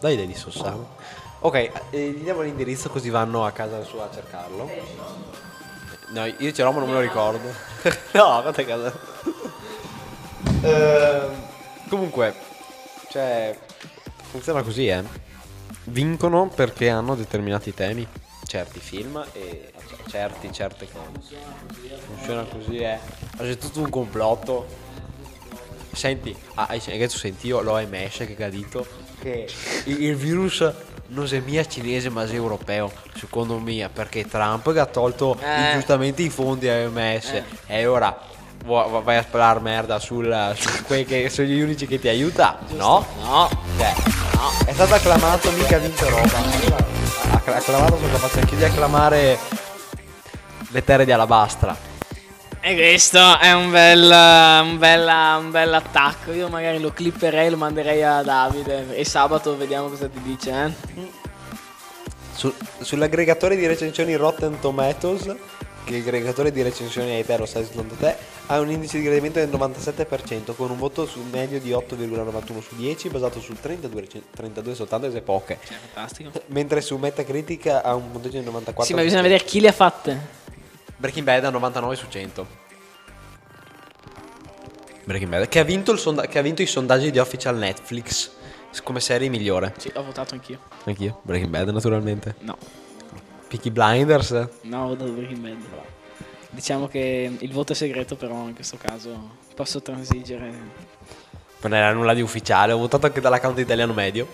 Speaker 2: Davide è di Sossano. Ok, eh, gli diamo l'indirizzo così vanno a casa sua a cercarlo. No, io c'ero ma non me lo ricordo. (laughs) no, guarda a casa. Ehm, comunque, cioè, funziona così, eh. Vincono perché hanno determinati temi, certi film e cioè, certi, certe cose. Funziona così, eh. Ma c'è tutto un complotto. Senti, ah, hai- hai detto, senti io l'OMS che ha detto che il, il virus non è mia cinese ma è europeo, secondo me, perché Trump che ha tolto
Speaker 1: Eh.
Speaker 2: ingiustamente i fondi all'OMS
Speaker 1: Eh.
Speaker 2: e ora va- va- vai a sparare merda sul, su quei che sono gli unici che ti aiuta? No?
Speaker 1: No.
Speaker 2: Cioè, no. È stato acclamato, mica vinto roba. Acc- acclamato sono capace anche di acclamare le terre di Alabastra.
Speaker 1: E questo è un bel, un, bella- un bel attacco. Io magari lo clipperei e lo manderei a Davide. E sabato vediamo cosa ti dice. Eh?
Speaker 2: Su- sull'aggregatore di recensioni Rotten Tomatoes, che è l'aggregatore di recensioni è etero, sai secondo te, ha un indice di gradimento del 97%, con un voto su medio di 8,91 su 10, basato su 32, recen- 32 soltanto e poche.
Speaker 1: fantastico.
Speaker 2: (laughs) Mentre su Metacritic ha un punteggio di 94.
Speaker 1: Sì, ma bisogna vedere chi le ha fatte.
Speaker 2: Breaking Bad a 99 su 100. Breaking Bad, che ha vinto, il sonda- che ha vinto i sondaggi di official Netflix s- come serie migliore.
Speaker 1: Sì, ho votato anch'io.
Speaker 2: Anch'io, Breaking Bad naturalmente.
Speaker 1: No,
Speaker 2: Peaky Blinders.
Speaker 1: no, ho votato Breaking Bad. Diciamo che il voto è segreto, però in questo caso posso transigere.
Speaker 2: Non era nulla di ufficiale, ho votato anche dall'account italiano medio.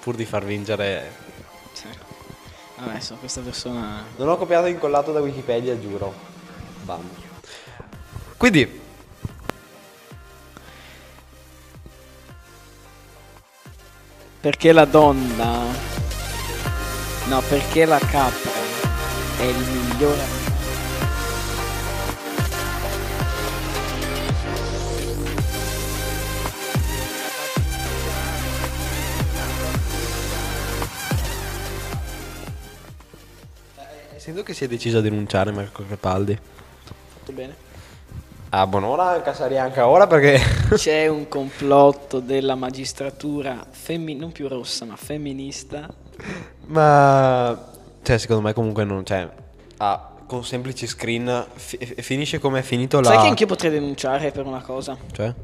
Speaker 2: Pur di far vincere.
Speaker 1: Cioè, adesso questa persona.
Speaker 2: Non ho copiato e incollato da Wikipedia, giuro. Bam. Quindi.
Speaker 1: Perché la donna? No, perché la capra è il migliore.
Speaker 2: Sento che si è deciso a denunciare Marco Crepaldi.
Speaker 1: Tutto bene.
Speaker 2: Ah, buon'ora, Casari anche ora perché. (laughs)
Speaker 1: C'è un complotto della magistratura femmi- non più rossa, ma femminista.
Speaker 2: Ma cioè, secondo me comunque non c'è. Ah, con semplici screen fi- fi- finisce come è finito la
Speaker 1: Sai che anch'io potrei denunciare per una cosa?
Speaker 2: Cioè?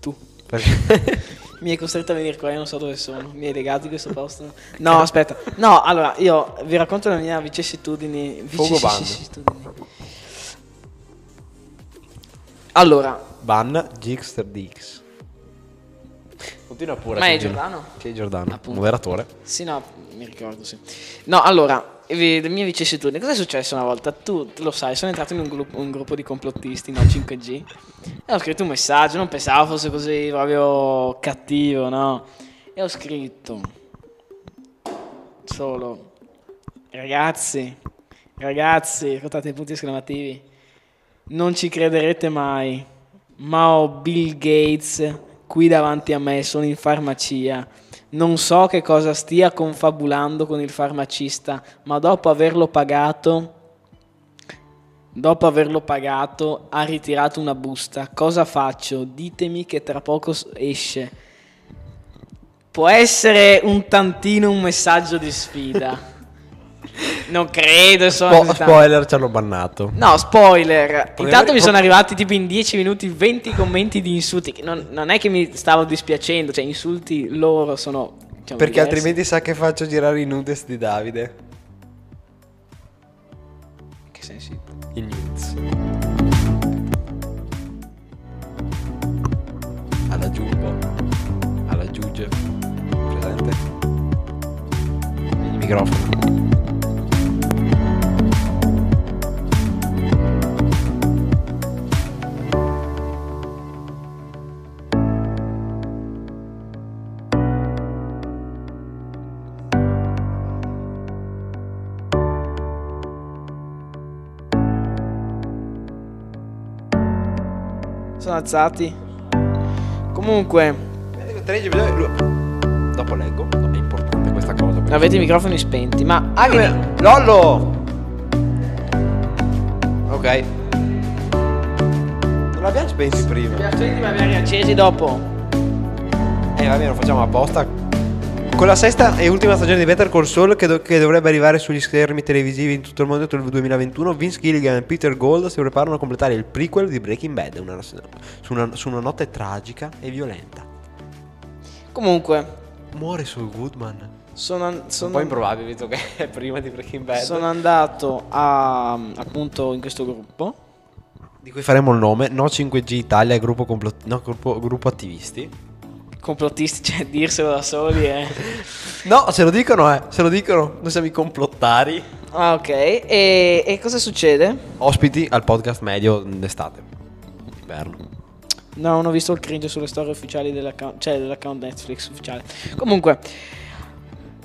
Speaker 1: Tu. (laughs)
Speaker 2: Perché?
Speaker 1: Mi hai costretto a venire qua, io non so dove sono. Mi hai legato di questo posto. No, aspetta. No, allora, io vi racconto le mie vicissitudini.
Speaker 2: Fogo band.
Speaker 1: Vicissitudini. Allora,
Speaker 2: Ban Gixter Dix. Continua pure.
Speaker 1: Ma è
Speaker 2: continua.
Speaker 1: Giordano?
Speaker 2: Sì, è Giordano,
Speaker 1: Appunto.
Speaker 2: moderatore.
Speaker 1: Sì, no, mi ricordo, sì. No, allora, vi- le mie vicissitudini. Cosa è successo una volta? Tu lo sai, sono entrato in un, gru- un gruppo di complottisti, no, 5G, e ho scritto un messaggio, non pensavo fosse così proprio cattivo, no? E ho scritto solo, ragazzi, ragazzi, rottate i punti esclamativi, non ci crederete mai, ma ho Bill Gates qui davanti a me, sono in farmacia. Non so che cosa stia confabulando con il farmacista, ma dopo averlo pagato, dopo averlo pagato, ha ritirato una busta. Cosa faccio? Ditemi che tra poco s- esce. Può essere un tantino un messaggio di sfida. Non credo, insomma.
Speaker 2: Spo-
Speaker 1: così tanto.
Speaker 2: spoiler, ci hanno bannato.
Speaker 1: No, spoiler.
Speaker 2: Proviamo-
Speaker 1: Intanto mi sono
Speaker 2: pro-
Speaker 1: arrivati tipo in 10 minuti 20 commenti di insulti. che Non, non è che mi stavo dispiacendo, cioè insulti loro sono... diciamo,
Speaker 2: Perché
Speaker 1: diversi.
Speaker 2: altrimenti sa che faccio girare i nudes di Davide.
Speaker 1: In Che senso?
Speaker 2: I nudes. Alla Giubo. Alla Giuge. Presente. microfono.
Speaker 1: Sono alzati. Comunque,
Speaker 2: Dopo leggo, no, è importante questa cosa. perché-
Speaker 1: avete i microfoni spenti, ma Agri...
Speaker 2: Ah, Lollo! Ok. Non l'abbiamo spenti prima.
Speaker 1: Piacenti ma cioè, mi riaccesi dopo.
Speaker 2: Eh, va bene, lo facciamo apposta. Con la sesta e ultima stagione di Better Call Saul, che, do- che dovrebbe arrivare sugli schermi televisivi in tutto il mondo entro il 2021, Vince Gilligan e Peter Gold si preparano a completare il prequel di Breaking Bad una- su, una, su una notte tragica e violenta.
Speaker 1: Comunque,
Speaker 2: Muore sul Goodman.
Speaker 1: sono, an- sono-
Speaker 2: Un po' improbabile, visto che è prima di Breaking Bad.
Speaker 1: sono andato a, appunto in questo gruppo.
Speaker 2: Di cui faremo il nome, No 5G Italia, gruppo, complot- no, gruppo, gruppo attivisti.
Speaker 1: Complottisti, (laughs) cioè dirselo da soli eh. è...
Speaker 2: No, se lo dicono, eh, se lo dicono, noi siamo i complottari.
Speaker 1: Ah, ok. E, e cosa succede?
Speaker 2: Ospiti al podcast medio d'estate, d'inverno.
Speaker 1: No, non ho visto il cringe sulle storie ufficiali dell'account, cioè dell'account Netflix ufficiale. Comunque,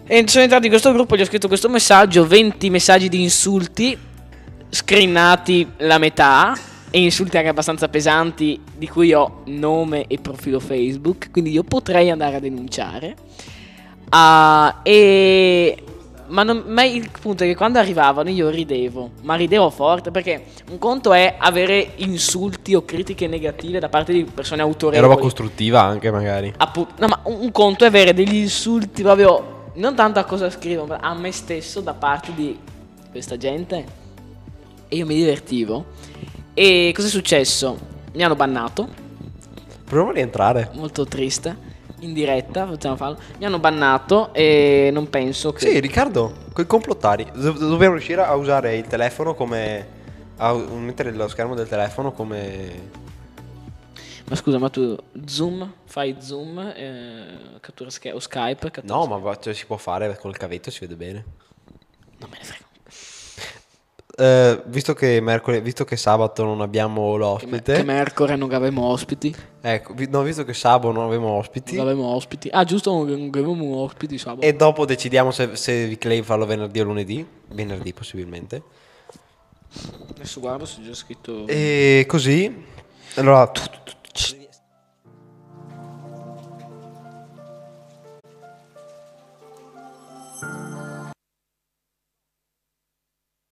Speaker 1: e sono entrato in questo gruppo, gli ho scritto questo messaggio, 20 messaggi di insulti, scrinnati la metà, e insulti anche abbastanza pesanti, di cui ho nome e profilo Facebook, quindi io potrei andare a denunciare. Ah, e... Ma, non- ma il punto è che quando arrivavano io ridevo, ma ridevo forte perché un conto è avere insulti o critiche negative da parte di persone
Speaker 2: È
Speaker 1: autorevoli.
Speaker 2: roba costruttiva anche, magari.
Speaker 1: Appunto, no, ma un un conto è avere degli insulti proprio non tanto a cosa scrivo, ma a me stesso da parte di questa gente. E io mi divertivo. E cosa è successo? Mi hanno bannato,
Speaker 2: Proviamo a rientrare.
Speaker 1: molto triste. In diretta, possiamo farlo. Mi hanno bannato e non penso che.
Speaker 2: Sì, Riccardo, con i complottari. Do- dobbiamo riuscire a usare il telefono come. a u- mettere lo schermo del telefono come.
Speaker 1: Ma scusa, ma tu zoom, fai zoom, eh, cattura Skype o Skype? cattura
Speaker 2: No, ma va- cioè, si può fare col cavetto, si vede bene.
Speaker 1: Skype. Non me ne frega.
Speaker 2: Eh, visto, che mercoledì, visto che sabato non abbiamo
Speaker 1: Che, me-
Speaker 2: l'ospite,
Speaker 1: che mercoledì non avevamo ospiti.
Speaker 2: ecco, vi- no, visto che sabato non abbiamo
Speaker 1: Non
Speaker 2: ospiti,
Speaker 1: avevamo ospiti. Ah, giusto, non non avevamo ospiti boh, sabato.
Speaker 2: e dopo decidiamo se, se Viclay farlo venerdì o lunedì, venerdì possibilmente.
Speaker 1: Adesso guardo se c'è scritto.
Speaker 2: E così, allora, tu- tu- tu-